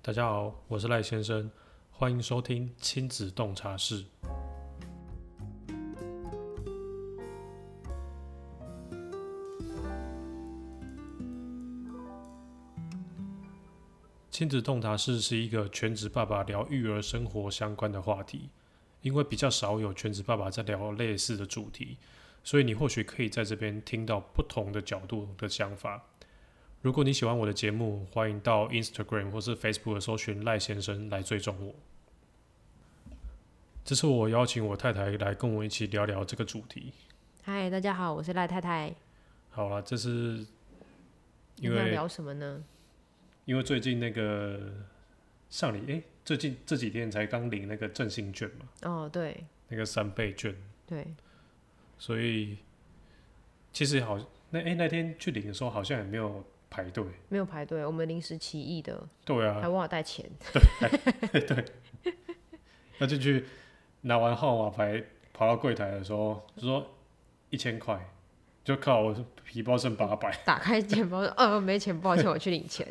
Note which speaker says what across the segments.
Speaker 1: 大家好，我是赖先生，欢迎收听亲子洞察室。亲子洞察室是一个全职爸爸聊育儿生活相关的话题，因为比较少有全职爸爸在聊类似的主题，所以你或许可以在这边听到不同的角度的想法。如果你喜欢我的节目，欢迎到 Instagram 或是 Facebook 搜寻赖先生来追踪我。这次我邀请我太太来跟我一起聊聊这个主题。
Speaker 2: 嗨，大家好，我是赖太太。
Speaker 1: 好了，这是因
Speaker 2: 我们要
Speaker 1: 为
Speaker 2: 聊什么呢？
Speaker 1: 因为最近那个上礼诶，最近这几天才刚领那个振兴券嘛，
Speaker 2: 哦，对
Speaker 1: 那个三倍券，
Speaker 2: 对，
Speaker 1: 所以其实好那诶那天去领的时候好像也没有排队，
Speaker 2: 没有排队，我们临时起意的，
Speaker 1: 对啊
Speaker 2: 还，忘了带钱。
Speaker 1: 要进去拿完号码牌，跑到柜台的时候，就说一千块，就靠我皮包剩八百。
Speaker 2: 打开钱包，呃，没钱，抱歉，我去领钱。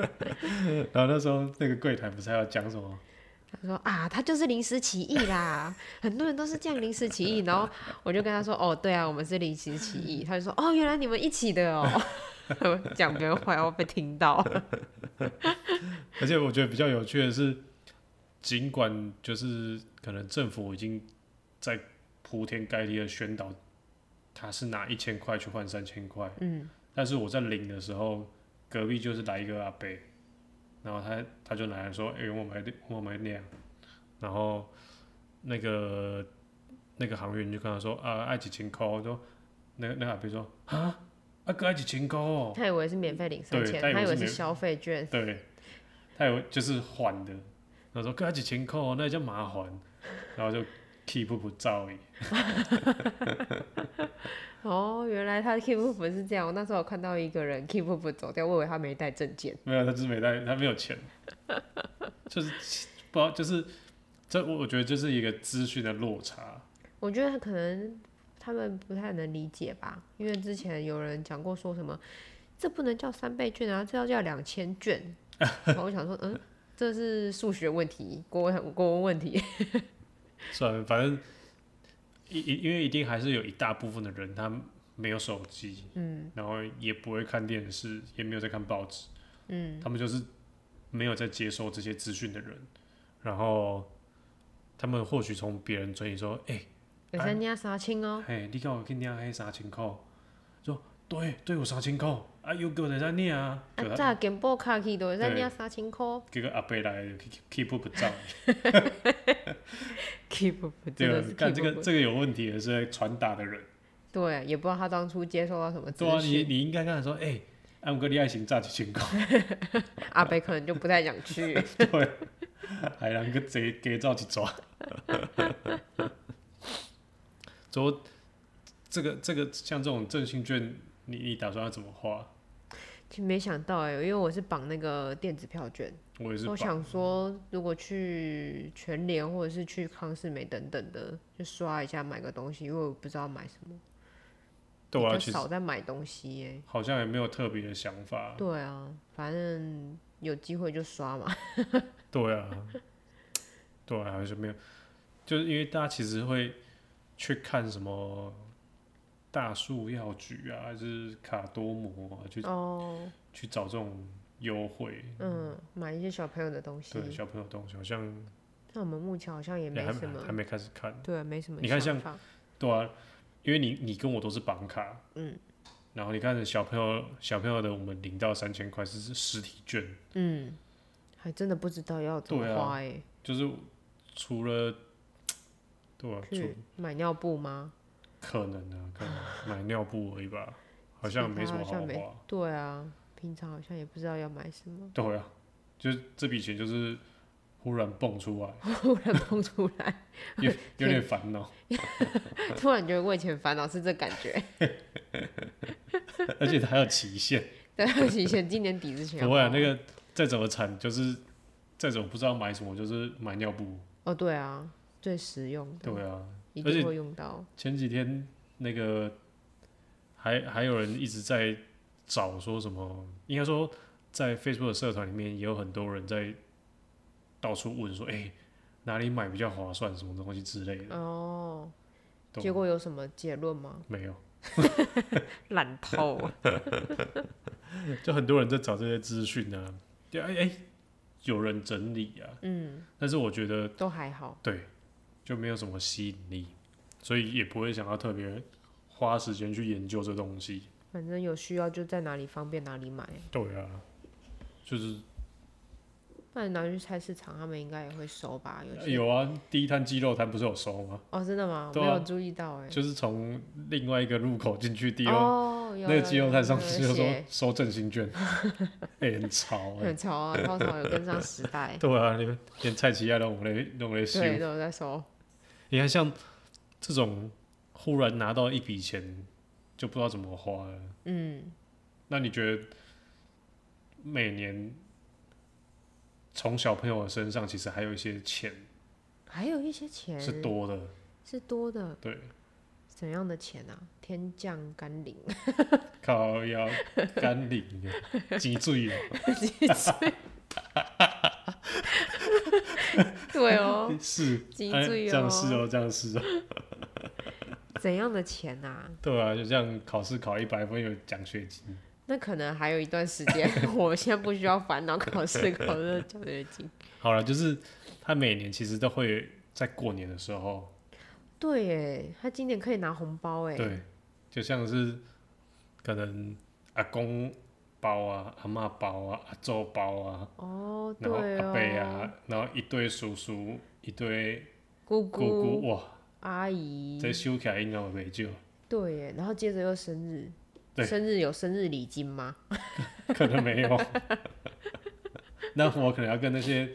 Speaker 1: 然后那时候那个柜台不是还要讲什么？
Speaker 2: 他说啊，他就是临时起意啦，很多人都是这样临时起意。然后我就跟他说，哦，对啊，我们是临时起意。他就说，哦，原来你们一起的哦。 我讲别人坏话被听到，
Speaker 1: 哦而且我觉得比较有趣的是，尽管就是可能政府已经在铺天盖地的宣导，他是拿一千块去换三千块，
Speaker 2: 嗯，
Speaker 1: 但是我在领的时候，隔壁就是来一个阿伯，然后他他就来了说：“哎、我买我买两。”然后那个那个行员就跟他说：“啊，爱几千块。”我说：“那个那个阿伯说：‘啊，阿哥爱几千块哦。
Speaker 2: 他以为是免费领三
Speaker 1: 对
Speaker 2: 千，
Speaker 1: 他以为
Speaker 2: 他以为
Speaker 1: 是
Speaker 2: 是
Speaker 1: 免
Speaker 2: 消费券，”
Speaker 1: 对，他有就是还的，他说：“哥爱几千块哦，那叫麻烦。” 然后就 keep 不照应。
Speaker 2: 哦，原来他 keep up 是这样。我那时候有看到一个人 keep up 走掉，我以为他没带证件。
Speaker 1: 没有，他就是没带，他没有钱， 就是不知道，就是这我我觉得这是一个资讯的落差，
Speaker 2: 我觉得可能他们不太能理解吧，因为之前有人讲过说什么，这不能叫三倍券啊，这要叫两千券。然后我想说，嗯，这是数学问题，国文国文问题。
Speaker 1: 算了，反正一一因为一定还是有一大部分的人他没有手机，嗯，然后也不会看电视，也没有在看报纸，嗯，他们就是没有在接受这些资讯的人，然后他们或许从别人嘴里说，哎、
Speaker 2: 有些人家杀青哦，
Speaker 1: 嘿，你叫我去领黑啥情况？说对对，有啥情况？啊，又给我在那念啊，
Speaker 2: 啊
Speaker 1: 就，他
Speaker 2: 这健保卡去都有人
Speaker 1: 对
Speaker 2: 家杀青 块
Speaker 1: 这个阿伯来了 keep keep 不照，
Speaker 2: ，keep up
Speaker 1: 对
Speaker 2: 真
Speaker 1: 啊
Speaker 2: 的是，
Speaker 1: 干
Speaker 2: keep
Speaker 1: 这
Speaker 2: up。
Speaker 1: 个这个有问题的是在传达的人，
Speaker 2: 对，啊也不知道他当初接受到什么资
Speaker 1: 对啊，你
Speaker 2: 讯，
Speaker 1: 你应该跟他说，哎、安哥你爱情炸几千块，
Speaker 2: 阿北可能就不太想去。
Speaker 1: 海南个贼给造一抓，所以这个这个像这种振兴券，你你打算要怎么花？
Speaker 2: 其实没想到哎、因为我是绑那个电子票券，
Speaker 1: 我也是把，
Speaker 2: 我想说，如果去全联或者是去康世美等等的，就刷一下买个东西，因为我不知道买什么，
Speaker 1: 对啊，
Speaker 2: 比
Speaker 1: 其实
Speaker 2: 较少欸在买东西耶、
Speaker 1: 好像也没有特别的想法，
Speaker 2: 对啊，反正有机会就刷嘛。
Speaker 1: 对啊，对啊，还是没有，就是因为大家其实会去看什么大树药局啊，还是卡多摩啊，去
Speaker 2: 哦，
Speaker 1: 去找这种优惠，
Speaker 2: 嗯，买一些小朋友的东西。
Speaker 1: 对小朋友东西，好像
Speaker 2: 那我们目前好像也没
Speaker 1: 还
Speaker 2: 什
Speaker 1: 没还
Speaker 2: 么，
Speaker 1: 没开始看，
Speaker 2: 对，没什么想法。
Speaker 1: 你看像对啊，因为你你跟我都是绑卡，嗯，然后你看小朋友小朋友的，我们领到三千块是是实体券，
Speaker 2: 嗯，还真的不知道要怎么
Speaker 1: 对啊
Speaker 2: 花哎、
Speaker 1: 就是除了对啊，除
Speaker 2: 去买尿布吗？
Speaker 1: 可能啊，可能买尿布而已吧，好像
Speaker 2: 其
Speaker 1: 没什
Speaker 2: 他
Speaker 1: 么
Speaker 2: 好像
Speaker 1: 好
Speaker 2: 没
Speaker 1: 花。
Speaker 2: 对啊，平常好像也不知道要买什么，
Speaker 1: 对啊，就是这笔钱就是忽然蹦出 来，
Speaker 2: 突然蹦出来。
Speaker 1: 有有点烦 恼，
Speaker 2: 突然觉得为钱烦恼是这感觉。
Speaker 1: 而且它还有期限。
Speaker 2: 对不起，前今年底之前要
Speaker 1: 不会啊，
Speaker 2: 报
Speaker 1: 那个再怎么惨，就是再怎么不知道买什么，就是买尿布。
Speaker 2: 哦，对啊，最实用的，
Speaker 1: 对啊，
Speaker 2: 一
Speaker 1: 而且
Speaker 2: 定会用到。
Speaker 1: 前几天那个还还有人一直在找说什么，应该说在 Facebook 的社团里面也有很多人在到处问说，哎、哪里买比较划算，什么东西之类的。
Speaker 2: 哦，
Speaker 1: 懂
Speaker 2: 结果有什么结论吗？
Speaker 1: 没有，
Speaker 2: 烂透啊！
Speaker 1: 就很多人在找这些资讯啊，就哎哎，有人整理啊，
Speaker 2: 嗯，
Speaker 1: 但是我觉得
Speaker 2: 都还好。
Speaker 1: 对，就没有什么吸引力，所以也不会想要特别花时间去研究这东西。
Speaker 2: 反正有需要就在哪里方便哪里买，
Speaker 1: 对啊，就是
Speaker 2: 不然拿去菜市场，他们应该也会收吧？有些
Speaker 1: 有啊，第一摊鸡肉摊不是有收吗？
Speaker 2: 哦，真的吗？我
Speaker 1: 对
Speaker 2: 没
Speaker 1: 啊
Speaker 2: 有注意到哎、
Speaker 1: 就是从另外一个入口进去第二、
Speaker 2: 哦，有
Speaker 1: 那个鸡肉摊上次就
Speaker 2: 有
Speaker 1: 说
Speaker 2: 写
Speaker 1: 收振兴券， 哎、很潮哎、
Speaker 2: 很潮啊，超潮，有跟上时代。
Speaker 1: 对啊，你们连菜奇亚都我来都我来修。
Speaker 2: 对，都有在收。
Speaker 1: 你看像这种忽然拿到一笔钱就不知道怎么花了，
Speaker 2: 嗯，
Speaker 1: 那你觉得每年从小朋友的身上其实还有一些钱
Speaker 2: 还有一些钱
Speaker 1: 是多的，
Speaker 2: 是多的，
Speaker 1: 对，
Speaker 2: 怎样的钱啊？天降甘 霖，
Speaker 1: 靠腰甘霖啊， 脊椎啊，
Speaker 2: 对哦，
Speaker 1: 是，
Speaker 2: 脊
Speaker 1: 哎
Speaker 2: 椎
Speaker 1: 这样是
Speaker 2: 哦，
Speaker 1: 哦，这样是哦，
Speaker 2: 怎样的钱啊？
Speaker 1: 对啊，就这样考试考一百分有奖学金，
Speaker 2: 那可能还有一段时间， 我现在不需要烦恼考试、考试、奖学金。
Speaker 1: 好了，就是他每年其实都会在过年的时候，
Speaker 2: 对耶，他今年可以拿红包哎。
Speaker 1: 对，就像是可能阿公包啊、阿嬷包啊、阿祖包啊，
Speaker 2: 哦，
Speaker 1: 然后
Speaker 2: 对
Speaker 1: 阿
Speaker 2: 哦，
Speaker 1: 伯啊，然后一堆叔叔、一堆
Speaker 2: 姑嗯
Speaker 1: 姑姑，哇，
Speaker 2: 阿姨，
Speaker 1: 这修起来应该会没救，
Speaker 2: 对耶，然后接着又生日，
Speaker 1: 对
Speaker 2: 生日有生日礼金吗？
Speaker 1: 可能没 有。那我可能要跟那些，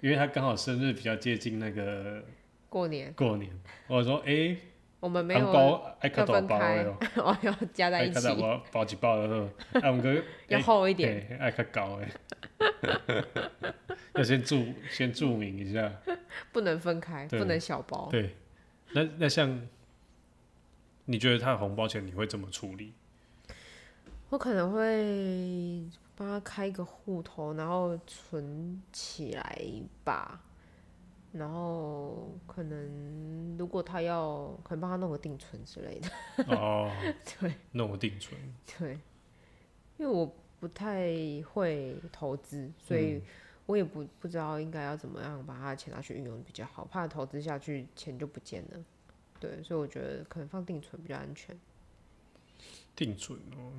Speaker 1: 因为他刚好生日比较接近那个
Speaker 2: 过年
Speaker 1: 过 年，我说哎，
Speaker 2: 我们没
Speaker 1: 红
Speaker 2: 有
Speaker 1: 包爱
Speaker 2: 要
Speaker 1: 看
Speaker 2: 分
Speaker 1: 包
Speaker 2: 开
Speaker 1: 的哦，，
Speaker 2: 哦，要加在
Speaker 1: 爱
Speaker 2: 一
Speaker 1: 看
Speaker 2: 起，
Speaker 1: 到包包几包的 哦，啊，我们哥
Speaker 2: 要厚一点。
Speaker 1: 欸爱较高诶， 要先注先注明一下。
Speaker 2: 不能分开，
Speaker 1: 对
Speaker 2: 不能小包。
Speaker 1: 对，那那像你觉得他的红包钱你会怎么处 理？
Speaker 2: 我可能会帮他开一个户头，然后存起来吧。然后可能如果他要，可能帮他弄个定存之类的。
Speaker 1: 哦，
Speaker 2: 对
Speaker 1: 那我定存。
Speaker 2: 对，因为我不太会投资，所
Speaker 1: 嗯
Speaker 2: 以我也不不知道应该要怎么样把他的钱拿去运用比较好，怕投资下去钱就不见了。对，所以我觉得可能放定存比较安全，
Speaker 1: 定存哦，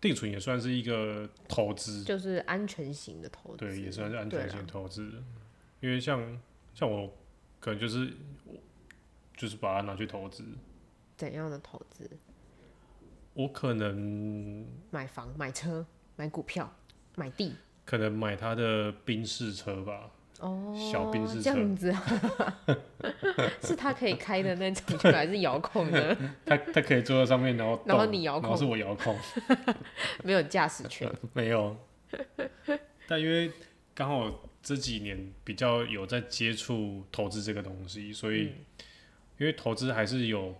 Speaker 1: 定存也算是一个投资，
Speaker 2: 就是安全型的投资。
Speaker 1: 嗯对，也算是安
Speaker 2: 对啊
Speaker 1: 全
Speaker 2: 啦
Speaker 1: 性投资。因为像像我可能就是就是把它拿去投资，
Speaker 2: 怎样的投资？
Speaker 1: 我可能
Speaker 2: 买房、买车、买股票、买地。
Speaker 1: 可能买他的宾士车吧，
Speaker 2: 哦，
Speaker 1: 小兵是
Speaker 2: 这
Speaker 1: 车
Speaker 2: 样子啊， 是他可以开的那种车，还是遥控的？
Speaker 1: 他他可以坐在上面，然后
Speaker 2: 然后
Speaker 1: 动
Speaker 2: 你遥
Speaker 1: 然后是我遥控。
Speaker 2: 没有驾驶权。
Speaker 1: 没有，但因为刚好这几年比较有在接触投资这个东西，所以、
Speaker 2: 嗯
Speaker 1: 因为投资还是有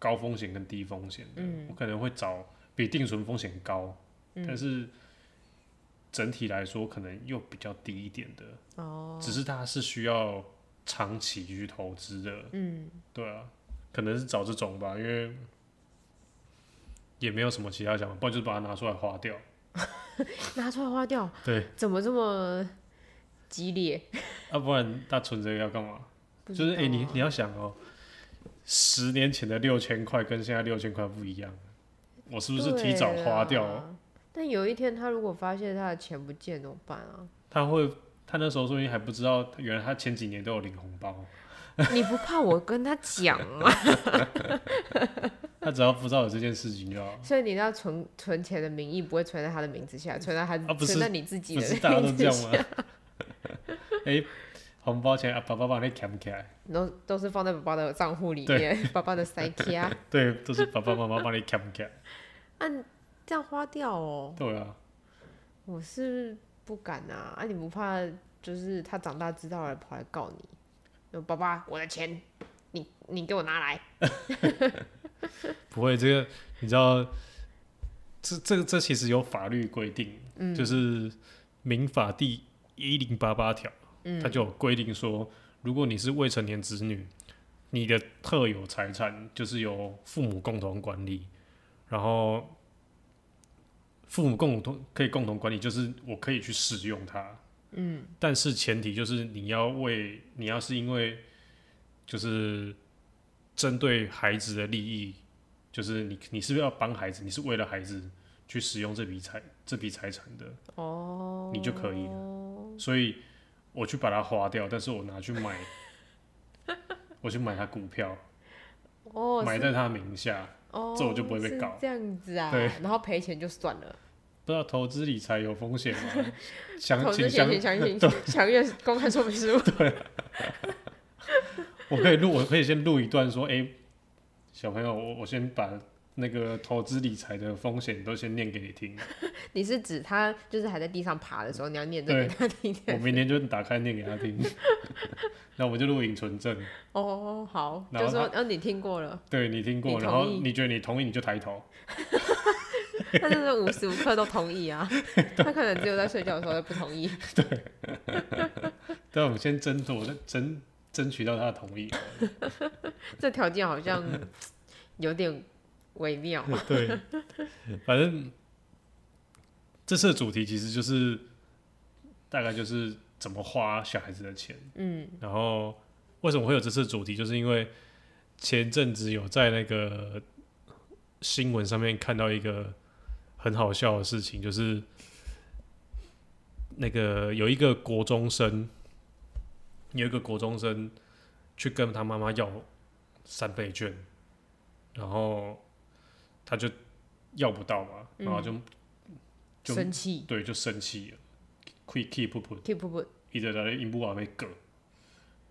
Speaker 1: 高风险跟低风险的，
Speaker 2: 嗯
Speaker 1: 我可能会找比定存风险高，但是整体来说可能又比较低一点的，
Speaker 2: 哦，
Speaker 1: 只是它是需要长期去投资的，
Speaker 2: 嗯，
Speaker 1: 对啊，可能是找这种吧，因为。也没有什么其他想法，不然就是把它拿出来花掉。
Speaker 2: 拿出来花掉，
Speaker 1: 对，
Speaker 2: 怎么这么激烈？
Speaker 1: 要、不然他存着要干嘛？
Speaker 2: 不
Speaker 1: 就是哎、
Speaker 2: 知道
Speaker 1: 诶你
Speaker 2: 啊
Speaker 1: 你要想哦，十年前的六千块跟现在六千块不一样，我是不是提早花掉？哦
Speaker 2: 对啊但有一天他如果发现他的钱不见怎么办啊？
Speaker 1: 他会，他那时候说不定还不知道，原来他前几年都有领红包，
Speaker 2: 你不怕我跟他讲啊吗？
Speaker 1: 他只要不知道有这件事情就好 了。
Speaker 2: 所以你要存存钱的名义不会存在他的名字下，存在他、
Speaker 1: 啊不是
Speaker 2: 存在你自己
Speaker 1: 不
Speaker 2: 的
Speaker 1: 是大家都
Speaker 2: 名
Speaker 1: 这
Speaker 2: 字
Speaker 1: 样
Speaker 2: 下
Speaker 1: 吗？ 哎、红包钱啊，爸爸把你捡起来，
Speaker 2: 都都是放在爸爸的账户里面，爸爸的塞 K 啊，
Speaker 1: 对，都是爸爸妈妈帮你捡起来，
Speaker 2: 按啊这样花掉哦，
Speaker 1: 对啊，
Speaker 2: 我是不敢啊，啊你不怕就是他长大知道了跑来告你，就爸爸我的钱，你你给我拿来，
Speaker 1: 不会这个，你知道这这这其实有法律规定，
Speaker 2: 嗯
Speaker 1: 就是民法第一零八八条，
Speaker 2: 嗯
Speaker 1: 它就有规定说，如果你是未成年子女，你的特有财产就是由父母共同管理，然后父母共同可以共同管理，就是我可以去使用它，
Speaker 2: 嗯
Speaker 1: 但是前提就是你要为你要是因为就是针对孩子的利益，就是你你是不是要帮孩子，你是为了孩子去使用这笔财这笔财产的，
Speaker 2: 哦，
Speaker 1: 你就可以所以我去把它花掉，但是我拿去买，我去买他股 票，
Speaker 2: 哦，
Speaker 1: 买
Speaker 2: 是
Speaker 1: 在他名下，
Speaker 2: 哦，
Speaker 1: 这我就不会被
Speaker 2: 是
Speaker 1: 搞
Speaker 2: 这样子啊，
Speaker 1: 对
Speaker 2: 然后赔钱就算了，
Speaker 1: 不知道投资理财有风险 吗？
Speaker 2: 投
Speaker 1: 详
Speaker 2: 资
Speaker 1: 请
Speaker 2: 险
Speaker 1: 详，
Speaker 2: 请详阅 详阅公开说明书。
Speaker 1: 我可以录，我可以先录一段说，哎、小朋友，我我先把那个投资理财的风险都先念给你 听。
Speaker 2: 你是指他就是还在地上爬的时候，你要念这
Speaker 1: 对
Speaker 2: 给他听
Speaker 1: 我
Speaker 2: 的？
Speaker 1: 明天就打开念给他听， 那我们就录影存证，
Speaker 2: 哦，好，
Speaker 1: 然后
Speaker 2: 就说哦，你听过了，
Speaker 1: 对你听过，
Speaker 2: 你同
Speaker 1: 然后
Speaker 2: 意
Speaker 1: 你觉得你同意你就抬头，
Speaker 2: 他就是无时无刻都同 意啊，他可能只有在睡觉的时候才不同意。
Speaker 1: 但我们先争夺争争取到他的同意，
Speaker 2: 这条件好像有点微妙。
Speaker 1: 对，反正这次的主题其实就是大概就是怎么花小孩子的钱，
Speaker 2: 嗯，
Speaker 1: 然后为什么会有这次的主题，就是因为前阵子有在那个新闻上面看到一个很好笑的事情，就是那个有一个国中生，有一个国中生去跟他妈妈要三倍券，然后他就要不到嘛，
Speaker 2: 嗯
Speaker 1: 然后就、就
Speaker 2: 生气
Speaker 1: 对就生气了，quick keep 不不，
Speaker 2: ，keep 不
Speaker 1: 一直在那英布瓦被割，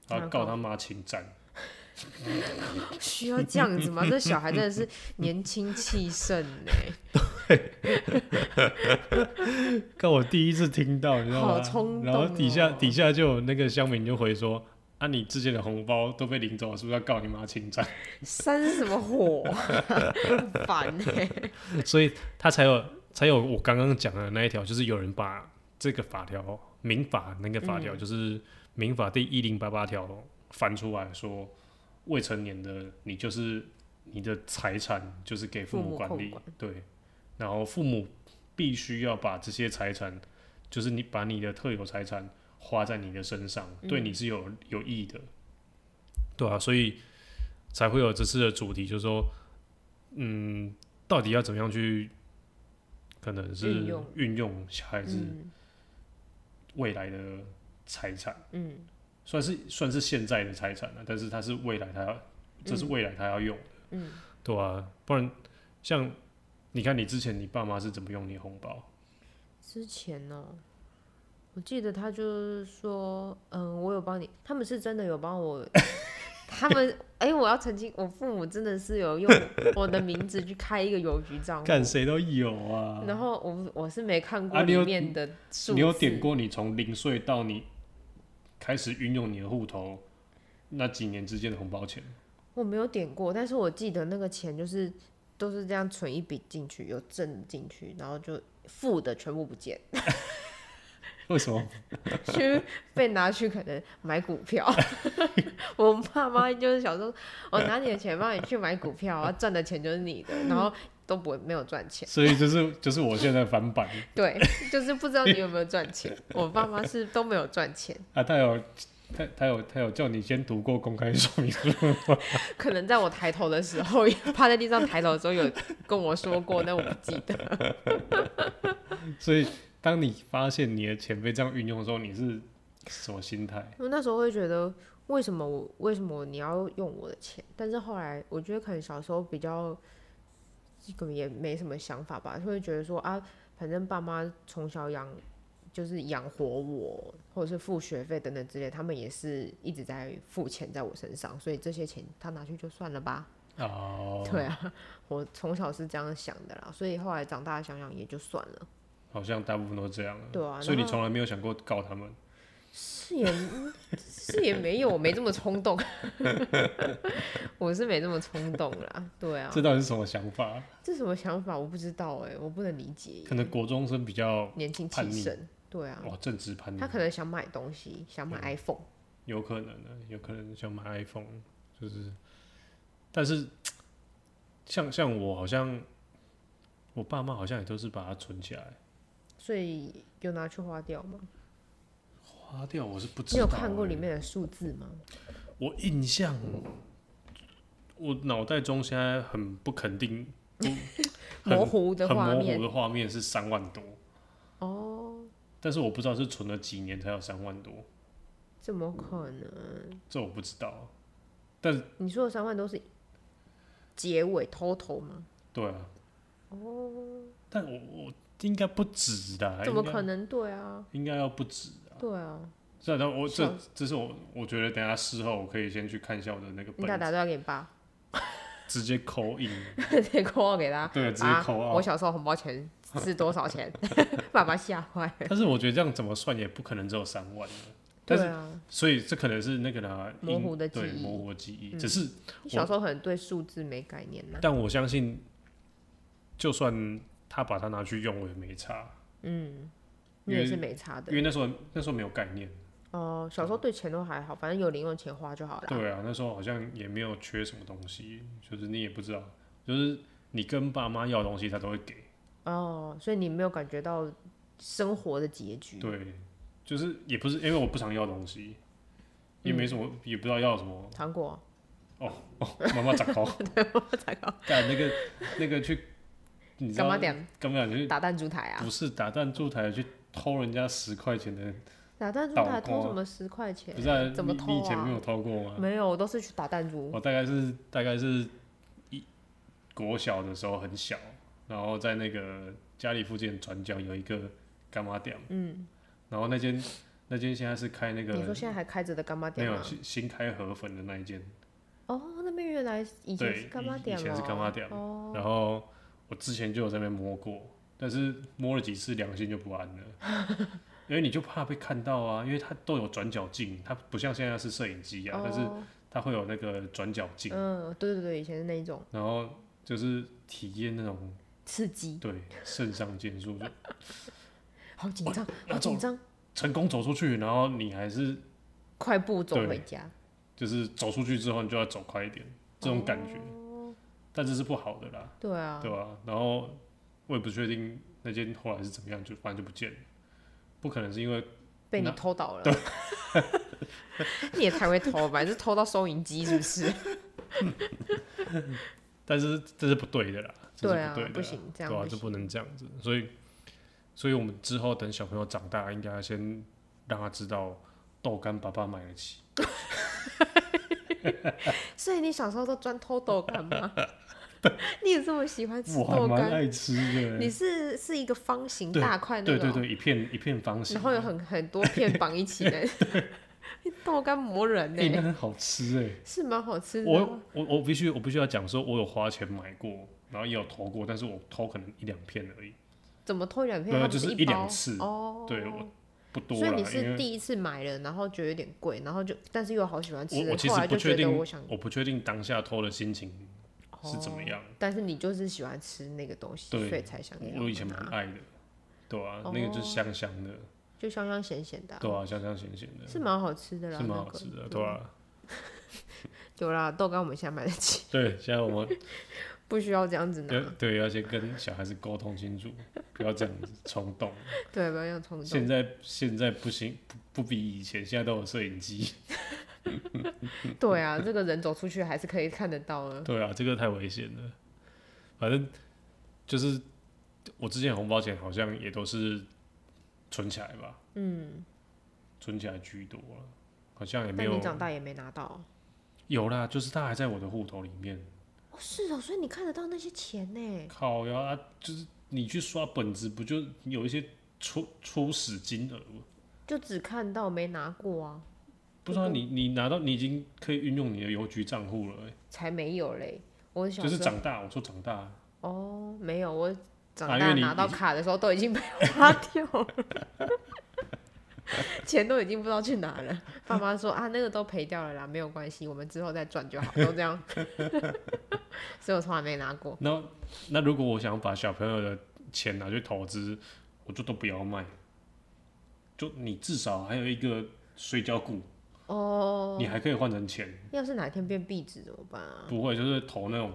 Speaker 1: 然后告他妈侵占。
Speaker 2: 需要这样子吗？这小孩真的是年轻气盛欸呢，
Speaker 1: 看我第一次听到，你知道吗？
Speaker 2: 好冲动
Speaker 1: 然
Speaker 2: 哦
Speaker 1: 后底下底下就有那个乡民就回说：“啊，你之前的红包都被领走了，是不是要告你妈侵占
Speaker 2: 煽什么火、 啊？很烦欸呢。？”
Speaker 1: 所以他才有才有我刚刚讲的那一条，就是有人把这个法条民法那个法条，就是民法第一零八八条翻出来说，未成年的你就是你的财产就是给父
Speaker 2: 父
Speaker 1: 母
Speaker 2: 母
Speaker 1: 管
Speaker 2: 控
Speaker 1: 理，
Speaker 2: 管
Speaker 1: 对，然后父母必须要把这些财产，就是你把你的特有财产花在你的身上，对你是有有益的，嗯对啊，所以才会有这次的主题，就是说，嗯，到底要怎么样去，可能是
Speaker 2: 运用
Speaker 1: 运用小孩子
Speaker 2: 嗯
Speaker 1: 未来的财产。
Speaker 2: 嗯
Speaker 1: 算是算是现在的财产了，但是它是未来他要，这是未来他要用的，
Speaker 2: 嗯，
Speaker 1: 对啊，不然像你看你之前你爸妈是怎么用你红包？
Speaker 2: 之前呢、我记得他就是说，嗯，我有帮你，他们是真的有帮我。 他们哎、我要澄清，我父母真的是 有用我的名字去开一个邮局账户，
Speaker 1: 干谁都有啊，
Speaker 2: 然后我我是没看过
Speaker 1: 啊你有
Speaker 2: 里面的数字、
Speaker 1: 你有点过你从零岁到你开始运用你的户头那几年之间的红包钱，
Speaker 2: 我没有点过，但是我记得那个钱就是都是这样存一笔进去，有挣进去，然后就负的全部不见，
Speaker 1: 为什 么？
Speaker 2: 去被拿去可能买股票。我爸妈就是想说，我拿你的钱帮你去买股票啊，赚的钱就是你的，然后都不会没有赚钱。
Speaker 1: 所以就是就是我现在翻版
Speaker 2: 对，就是不知道你有没有赚钱。 我爸妈是都没有赚钱，
Speaker 1: 啊，他有他他有他有叫你先读过公开说明书，
Speaker 2: 可能在我抬头的时候，趴在地上抬头的时候有跟我说过，但我不记得。
Speaker 1: 所以当你发现你的钱被这样运用的时候，你是什么心态？
Speaker 2: 我那时候会觉得，为什么我为什么你要用我的钱？但是后来我觉得可能小时候比较，这个也没什么想法吧，就会觉得说啊，反正爸妈从小养就是养活我，或者是付学费等等之类，他们也是一直在付钱在我身上，所以这些钱他拿去就算了吧。
Speaker 1: 哦，
Speaker 2: 对啊， 我从小是这样想的啦，所以后来长大想想也就算了。
Speaker 1: 好像大部分都这样啊。
Speaker 2: 对啊
Speaker 1: 所以你
Speaker 2: 然后
Speaker 1: 从来没有想过告他们，
Speaker 2: 是也是也没有，我没这么冲动， 我是没这么冲动啦。对啊，
Speaker 1: 这到底是什么想法？
Speaker 2: 这什么想法我不知道哎、我不能理解耶。
Speaker 1: 可能国中生比较
Speaker 2: 年轻
Speaker 1: 叛
Speaker 2: 气
Speaker 1: 逆
Speaker 2: 盛，对啊，
Speaker 1: 哇正直叛逆
Speaker 2: 他，可能想买东西，想买 iPhone，
Speaker 1: 有可能的，有可能想买 iPhone，就是，但是像像我好像，我爸妈好像也都是把它存起来
Speaker 2: 所以有拿去花掉吗？
Speaker 1: 花掉，我是不知
Speaker 2: 你
Speaker 1: 道、
Speaker 2: 有
Speaker 1: 欸。
Speaker 2: 看过里面的数字吗？
Speaker 1: 我印象，我脑袋中现在很不肯定，很
Speaker 2: 模糊的
Speaker 1: 很
Speaker 2: 画
Speaker 1: 模
Speaker 2: 面
Speaker 1: 糊的画面是三万多，
Speaker 2: 哦，
Speaker 1: 但是我不知道是存了几年才有三万多，
Speaker 2: 怎么可能？
Speaker 1: 这我不知道。
Speaker 2: 你说的三万都是结尾 total 吗？
Speaker 1: 对啊，哦，但我我应该不止的，
Speaker 2: 怎么
Speaker 1: 应该
Speaker 2: 可能？对啊，
Speaker 1: 应该要不止啊。
Speaker 2: 对啊，
Speaker 1: 这样，但我这
Speaker 2: 像
Speaker 1: 这是我我觉得等一下事后我可以先去看一下我的那个
Speaker 2: 你打
Speaker 1: 本，
Speaker 2: 打电话给你爸，
Speaker 1: 直接扣 印，
Speaker 2: 直接 call 给他。
Speaker 1: 对，直接
Speaker 2: 啊
Speaker 1: 扣！
Speaker 2: 我
Speaker 1: 啊。
Speaker 2: 小时候红包钱是多少 钱？爸爸吓坏了。
Speaker 1: 但是我觉得这样怎么算也不可能只有三万啊但
Speaker 2: 对
Speaker 1: 是
Speaker 2: 啊，
Speaker 1: 所以这可能是那个啦，
Speaker 2: 模
Speaker 1: 因
Speaker 2: 糊的记
Speaker 1: 对
Speaker 2: 忆嗯
Speaker 1: 模糊的记忆。只是，
Speaker 2: 你小时候可能对数字没概念啊呢、
Speaker 1: 但我相信，就算他把它拿去用，我也没差，
Speaker 2: 你也是没差
Speaker 1: 因
Speaker 2: 的。
Speaker 1: 为那时候那时候没有概念。
Speaker 2: 哦，小时候对钱都还好，反正有零用钱花就好了。
Speaker 1: 对啊，那时候好像也没有缺什么东西，就是你也不知道，就是你跟爸妈要东西，他都会给。
Speaker 2: 哦，所以你没有感觉到生活的拮据。
Speaker 1: 对，就是也不是因为我不常要东西，也没什么，
Speaker 2: 嗯
Speaker 1: 也不知道要什么。
Speaker 2: 糖 果
Speaker 1: 哦，妈妈长 高，干那个那个去，你知
Speaker 2: 干
Speaker 1: 道
Speaker 2: 嘛点
Speaker 1: 干嘛去？
Speaker 2: 打弹珠台啊？
Speaker 1: 不是打弹珠台去偷人家十块钱的，
Speaker 2: 打弹珠
Speaker 1: 倒
Speaker 2: 台偷
Speaker 1: 扣
Speaker 2: 什么十块钱？
Speaker 1: 不是、啊、
Speaker 2: 怎么
Speaker 1: 你
Speaker 2: 偷
Speaker 1: 你以前没
Speaker 2: 啊？
Speaker 1: 有偷过吗？
Speaker 2: 没有，我都是去打弹珠。
Speaker 1: 我大概是大概是一国小的时候很小，然后在那个家里附近转角有一个干妈店，嗯，然后那间那间现在是开那
Speaker 2: 你说
Speaker 1: 个
Speaker 2: 现在还开着的干妈
Speaker 1: 没
Speaker 2: 店啊
Speaker 1: 有
Speaker 2: 吗？
Speaker 1: 新新开河粉的那一间，
Speaker 2: 哦，那边原来以前
Speaker 1: 对
Speaker 2: 是干妈
Speaker 1: 以
Speaker 2: 店
Speaker 1: 以
Speaker 2: 哦。
Speaker 1: 前是干妈店
Speaker 2: 哦，
Speaker 1: 然后我之前就有在那边摸过，但是摸了几次良心就不安了， 因为你就怕被看到啊，因为它都有转角镜，它不像现在是摄影机啊，但是
Speaker 2: 哦
Speaker 1: 它会有那个转角镜，
Speaker 2: 嗯，对对对，以前是那一种
Speaker 1: 然后就是体验那种
Speaker 2: 刺激，
Speaker 1: 对肾上腺素就
Speaker 2: 好紧张，好
Speaker 1: 哦那种
Speaker 2: 紧张，
Speaker 1: 成功走出去，然后你还是
Speaker 2: 快步走
Speaker 1: 对
Speaker 2: 回家。哦
Speaker 1: 就是走出去之后你就要走快一点，这种感觉，但这是不好的啦，
Speaker 2: 对啊，
Speaker 1: 对吧、然后我也不确定那间后来是怎么样，就反正就不见了，不可能是因为
Speaker 2: 被你
Speaker 1: 那
Speaker 2: 偷倒了。 你也太会偷了吧？你是偷到收银机是不是？
Speaker 1: 但是这是不对的啦，这是
Speaker 2: 对啊
Speaker 1: 不对的啦，
Speaker 2: 不行这样
Speaker 1: 对啊，
Speaker 2: 不
Speaker 1: 这
Speaker 2: 行
Speaker 1: 不能这样子，所以，所以我们之后等小朋友长大，应该先让他知道豆干爸爸买得起，
Speaker 2: 所以你小时候都专偷豆干吗？ 你有这么喜欢吃
Speaker 1: 我还
Speaker 2: 豆
Speaker 1: 蛮
Speaker 2: 干？
Speaker 1: 爱吃的
Speaker 2: 你
Speaker 1: 欸，
Speaker 2: 是是一个方形
Speaker 1: 对
Speaker 2: 大块那
Speaker 1: 对
Speaker 2: 种，
Speaker 1: 对对，一片一片方形
Speaker 2: 然，后有很很多片绑一起的， 豆干磨人呢、
Speaker 1: 哎，那很 好吃哎。
Speaker 2: 是蛮好吃的啊。
Speaker 1: 我我我必须我必须要讲说，我有花钱买过，然后也有投过，但是我投可能一两片而已，
Speaker 2: 怎么偷两片？
Speaker 1: 对啊
Speaker 2: 它不
Speaker 1: 就是
Speaker 2: 一
Speaker 1: 一两
Speaker 2: 包
Speaker 1: 次
Speaker 2: 哦。
Speaker 1: 对我不多
Speaker 2: 所以
Speaker 1: 啦，
Speaker 2: 你
Speaker 1: 因
Speaker 2: 是
Speaker 1: 为
Speaker 2: 第一次买了，然后觉得有点贵，然后就但是又好喜欢吃
Speaker 1: 我我其
Speaker 2: 的，后
Speaker 1: 实
Speaker 2: 来
Speaker 1: 不
Speaker 2: 就
Speaker 1: 确
Speaker 2: 觉得
Speaker 1: 定
Speaker 2: 我想，，
Speaker 1: 我不确定当下偷的心情是怎么样。
Speaker 2: 哦但是你就是喜欢吃那个东西，
Speaker 1: 对
Speaker 2: 所以才想要
Speaker 1: 我我以前蛮
Speaker 2: 拿
Speaker 1: 爱的，对啊，那个就是香香的，
Speaker 2: 就香香咸咸的啊、
Speaker 1: 对啊，香香咸咸的，
Speaker 2: 是蛮好吃的啦，
Speaker 1: 是蛮好
Speaker 2: 那个嗯
Speaker 1: 吃的，对啊，
Speaker 2: 有啦，豆干我们现在买得起，
Speaker 1: 对，现在我们
Speaker 2: 不需要这样子拿
Speaker 1: 要，对要先跟小孩子沟通清楚，不要这样子冲动。
Speaker 2: 对，不要用冲动
Speaker 1: 现。在现在不行，不不比以前，现在都有摄影机。嗯
Speaker 2: 对啊，这个人走出去还是可以看得到的。
Speaker 1: 对啊，这个太危险了。反正就是我之前红包钱好像也都是存起来吧，嗯，存起来居多了，好像也没
Speaker 2: 但
Speaker 1: 有
Speaker 2: 你长大也没拿到哦、
Speaker 1: 有啦，就是他还在我的户头里面。
Speaker 2: 哦是哦，所以你看得到那些钱呢。
Speaker 1: 靠呀、啊，就是你去刷本子，不就有一些初初始金额吗？
Speaker 2: 就只看到没拿过啊，
Speaker 1: 不知道、你你拿到你已经可以运用你的邮局账户了欸、
Speaker 2: 才没有嘞。我小
Speaker 1: 就是
Speaker 2: 时候
Speaker 1: 长大，我说长大，
Speaker 2: 哦，没有，我长
Speaker 1: 啊因
Speaker 2: 大
Speaker 1: 为你
Speaker 2: 拿到
Speaker 1: 已经
Speaker 2: 卡的时候都已经被花掉了。 钱都已经不知道去哪了。爸妈说啊，那个都赔掉了啦，没有关系，我们之后再赚就好，都这样。 所以我从来没拿过。
Speaker 1: 那那如果我想把小朋友的钱拿去投资，我就都不要卖，就你至少还有一个睡觉股，
Speaker 2: 哦，
Speaker 1: 你还可以换成钱，
Speaker 2: 要是哪天变壁纸怎么办啊？
Speaker 1: 不会就是投那种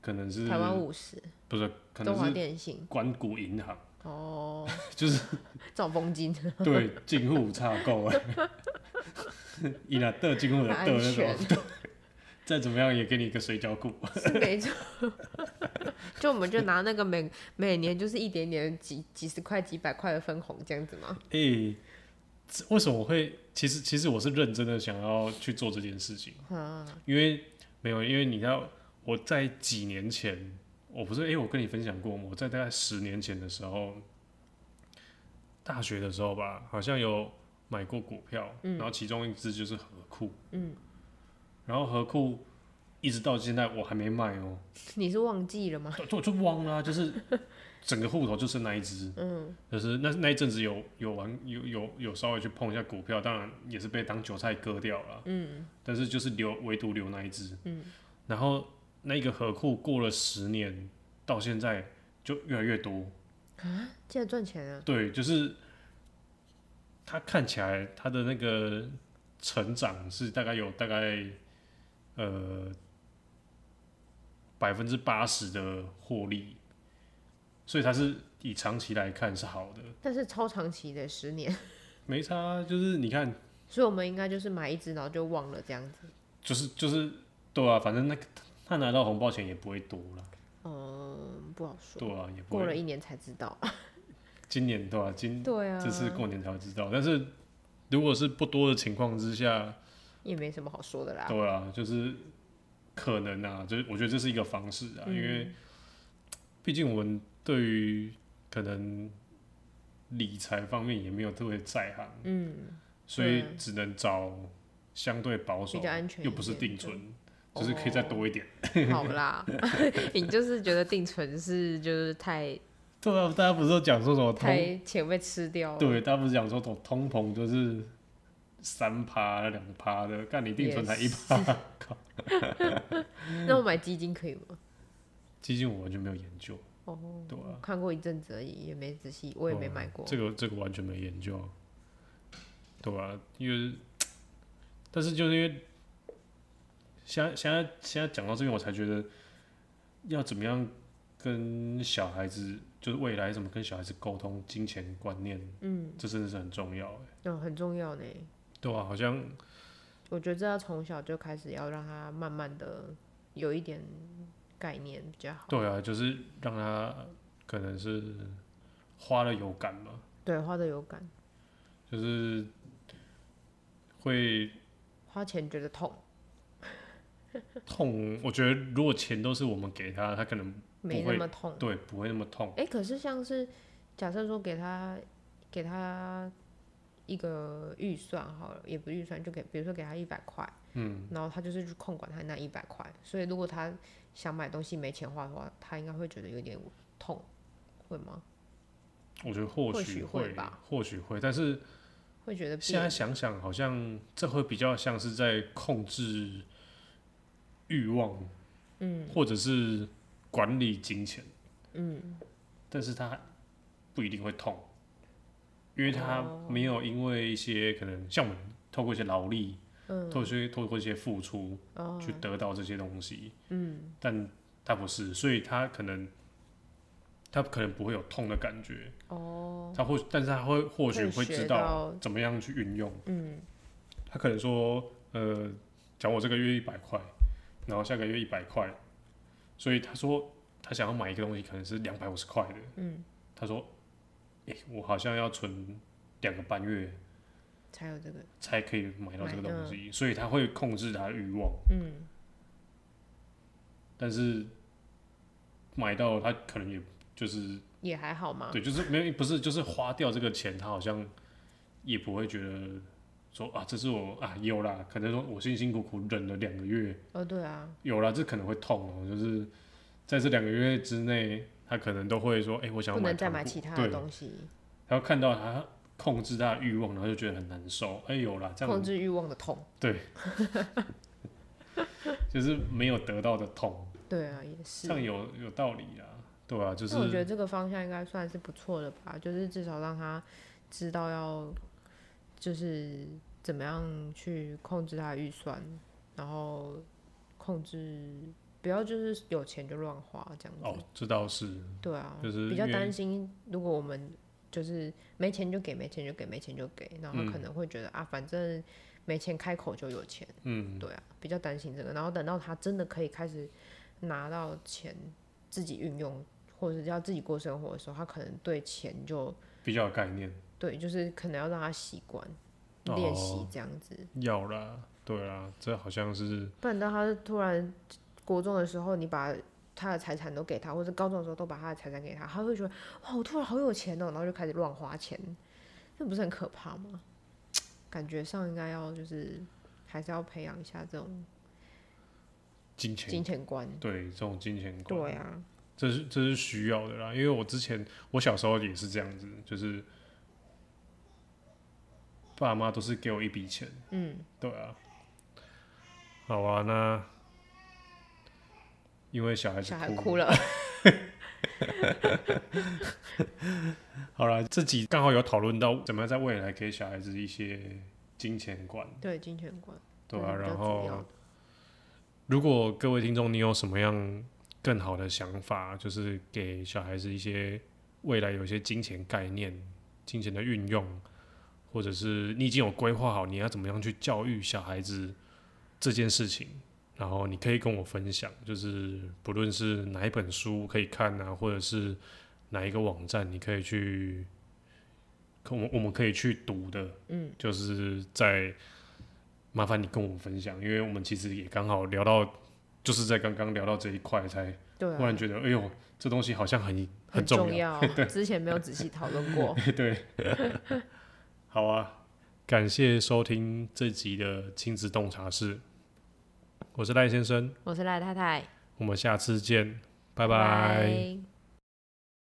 Speaker 1: 可能是
Speaker 2: 台湾五十，
Speaker 1: 不是可
Speaker 2: 中
Speaker 1: 能
Speaker 2: 华
Speaker 1: 是
Speaker 2: 电信，
Speaker 1: 关谷银 行，
Speaker 2: 哦，
Speaker 1: 就是
Speaker 2: 兆丰金，
Speaker 1: 对进户差够啊，伊那的进户的的
Speaker 2: 安
Speaker 1: 啊那
Speaker 2: 全
Speaker 1: 种，再怎么样也给你一个睡觉股，
Speaker 2: 是没错。 就我们就拿那个每每年就是一点点几几十块、几百块的分红这样子嘛。
Speaker 1: 诶、这为什么我会？其实其实我是认真的想要去做这件事情，因为没有，因为你知道我在几年前，我不是诶、我跟你分享过吗？我在大概十年前的时候，大学的时候吧，好像有买过股票，然后其中一只就是和库，嗯，然后和库一直到现在我还没卖哦、
Speaker 2: 你是忘记了吗？
Speaker 1: 就就就忘了啊、就是 整个户头就是那一只，嗯，就是那那一阵子有有玩有有有稍微去碰一下股票，当然也是被当韭菜割掉了，嗯，但是就是留唯独留那一只，嗯，然后那个河库过了十年到现在就越来越多，
Speaker 2: 现在赚钱啊，
Speaker 1: 对，就是它看起来它的那个成长是大概有大概呃百分之八十的获利，所以它是以长期来看是好的，
Speaker 2: 但是超长期的十年，
Speaker 1: 没差啊。就是你看，
Speaker 2: 所以我们应该就是买一只，然后就忘了这样子。
Speaker 1: 就是就是对啊，反正那个他拿到红包钱也不会多了，
Speaker 2: 嗯，不好说，
Speaker 1: 对啊，也不
Speaker 2: 过了
Speaker 1: 会。
Speaker 2: 一年才知道。
Speaker 1: 今年对吧、嗯今
Speaker 2: 对 啊，
Speaker 1: 这次过年才会知道，但是如果是不多的情况之下，
Speaker 2: 也没什么好说的啦。
Speaker 1: 对啊，就是可能啊，就是我觉得这是一个方式啊，因
Speaker 2: 嗯
Speaker 1: 为毕竟我们对于可能理财方面也没有特别在行，嗯，所以
Speaker 2: 对
Speaker 1: 只能找相对保守、
Speaker 2: 比较安全一
Speaker 1: 又不是
Speaker 2: 点哦
Speaker 1: 定存，就是可以再多一点。
Speaker 2: 好啦，你就是觉得定存是就是太
Speaker 1: 对啊，大家不是都讲说什么通？
Speaker 2: 太钱被吃掉了，
Speaker 1: 对，大家不是讲说通通膨就是三趴、两趴的，干你定存才一趴，靠！
Speaker 2: 那我买基金可以吗？
Speaker 1: 基金我完全没有研究，
Speaker 2: 哦，
Speaker 1: 对啊。
Speaker 2: 看过一阵子而已，也没仔细，我也没买过。
Speaker 1: 哦这个这个完全没研究，啊对吧、因为，但是就是因为，现在现在现在讲到这边，我才觉得要怎么样跟小孩子，就是未来怎么跟小孩子沟通金钱观念，嗯，这真的是很重要，哎
Speaker 2: 嗯，很重要呢。
Speaker 1: 对啊吧、好像
Speaker 2: 我觉得这要从小就开始，要让他慢慢的有一点概念比较好。
Speaker 1: 对啊，就是让他可能是花了有感嘛，
Speaker 2: 对，花的有感，
Speaker 1: 就是会
Speaker 2: 花钱觉得痛，
Speaker 1: 痛。我觉得如果钱都是我们给他，他可能
Speaker 2: 没那么痛。
Speaker 1: 对，嗯不会那哦么痛。
Speaker 2: 哎、可是像是假设说给他给他一个预算好了，也不是预算，就给比如说给他一百块，嗯，然后他就是去控管他那一百块，所以如果他想买东西没钱花的话，他应该会觉得有点痛，会吗？
Speaker 1: 我觉得或
Speaker 2: 或
Speaker 1: 许
Speaker 2: 许
Speaker 1: 会
Speaker 2: 会吧，
Speaker 1: 或许会，但是
Speaker 2: 会觉得别
Speaker 1: 现在想想，好像这会比较像是在控制欲望，嗯，或者是管理金钱，嗯，但是他不一定会痛，因为他没有因为一些可能像我们透过一些劳力，嗯，透过一些透过一些付出，去得到这些东西，嗯，但他不是，所以他可能。他可能不会有痛的感觉，
Speaker 2: 哦，
Speaker 1: 他或但是他会或许
Speaker 2: 会
Speaker 1: 会知
Speaker 2: 学
Speaker 1: 道
Speaker 2: 到
Speaker 1: 怎么样去运用。
Speaker 2: 嗯，
Speaker 1: 他可能说，呃，讲我这个月一百块，然后下个月一百块，所以他说他想要买一个东西，可能是两百五十块的，嗯，他说，诶、我好像要存两个半月
Speaker 2: 才有这个，
Speaker 1: 才可以买到这个
Speaker 2: 买
Speaker 1: 东西，所以他会控制他的欲望，
Speaker 2: 嗯，
Speaker 1: 但是买到他可能也就是
Speaker 2: 也还好嘛。
Speaker 1: 对，就是没有不是就是花掉这个钱，他好像也不会觉得说啊，这是我啊有啦，可能说我辛辛苦苦忍了两个月，
Speaker 2: 哦，对啊，
Speaker 1: 有啦，这可能会痛哦、就是在这两个月之内，他可能都会说，哎、我想
Speaker 2: 不
Speaker 1: 要买
Speaker 2: 能再
Speaker 1: 糖
Speaker 2: 买
Speaker 1: 果
Speaker 2: 其他
Speaker 1: 对
Speaker 2: 的东西。
Speaker 1: 然后看到他控制他的欲望，然后就觉得很难受。哎，有啦，这样
Speaker 2: 控制欲望的痛。
Speaker 1: 对，就是没有得到的痛，
Speaker 2: 对啊，也
Speaker 1: 这
Speaker 2: 是。
Speaker 1: 样有有道理啊，对啊，就是
Speaker 2: 那我觉得这个方向应该算是不错的吧，就是至少让他知道要就是怎么样去控制他的预算，然后控制不要就是有钱就乱花这样子。
Speaker 1: 哦，这倒是，
Speaker 2: 对啊，
Speaker 1: 就是
Speaker 2: 比较
Speaker 1: 因为
Speaker 2: 担心，如果我们就是没钱就给，没钱就给，没钱就给，然后
Speaker 1: 嗯
Speaker 2: 他可能会觉得、啊，反正没钱开口就有钱，
Speaker 1: 嗯，
Speaker 2: 对啊，比较担心这个。然后等到他真的可以开始拿到钱自己运用，或者是要自己过生活的时候，他可能对钱就
Speaker 1: 比较有概念，
Speaker 2: 对，就是可能要让他习惯
Speaker 1: 哦
Speaker 2: 练习这样子，
Speaker 1: 要啦，对啦，这好像是
Speaker 2: 不然当他突然国中的时候，你把。他的财产都给他，或者高中的时候都把他的财产给他，他会觉得哇，我突然好有钱哦、然后就开始乱花钱，这不是很可怕吗？感觉上应该要就是还是要培养一下这种
Speaker 1: 金钱，
Speaker 2: 金钱观，
Speaker 1: 对这种金钱观，
Speaker 2: 对啊，
Speaker 1: 这是这是需要的啦，因为我之前我小时候也是这样子，就是爸妈都是给我一笔钱，
Speaker 2: 嗯，
Speaker 1: 对啊，好啊，那因为小孩子
Speaker 2: 小孩
Speaker 1: 哭，
Speaker 2: 哭了，
Speaker 1: 好啦，这集刚好有讨论到怎么样在未来给小孩子一些金钱观，
Speaker 2: 对金钱观，
Speaker 1: 对
Speaker 2: 这
Speaker 1: 啊，
Speaker 2: 是比较
Speaker 1: 然
Speaker 2: 主要
Speaker 1: 后
Speaker 2: 的
Speaker 1: 如果各位听众你有什么样更好的想法，就是给小孩子一些未来有一些金钱概念、金钱的运用，或者是你已经有规划好你要怎么样去教育小孩子这件事情，然后你可以跟我分享，就是不论是哪一本书可以看啊，或者是哪一个网站你可以去，可我们我们可以去读的，
Speaker 2: 嗯，
Speaker 1: 就是在麻烦你跟我们分享，因为我们其实也刚好聊到，就是在刚刚聊到这一块，才
Speaker 2: 对
Speaker 1: 忽然
Speaker 2: 啊，
Speaker 1: 觉得，哎呦，这东西好像很
Speaker 2: 很
Speaker 1: 重
Speaker 2: 重要，之前没有仔细讨论过，
Speaker 1: 对，好啊，感谢收听这集的亲子洞察室，我是赖先生，
Speaker 2: 我是赖太太，
Speaker 1: 我们下次见，拜拜
Speaker 2: 拜拜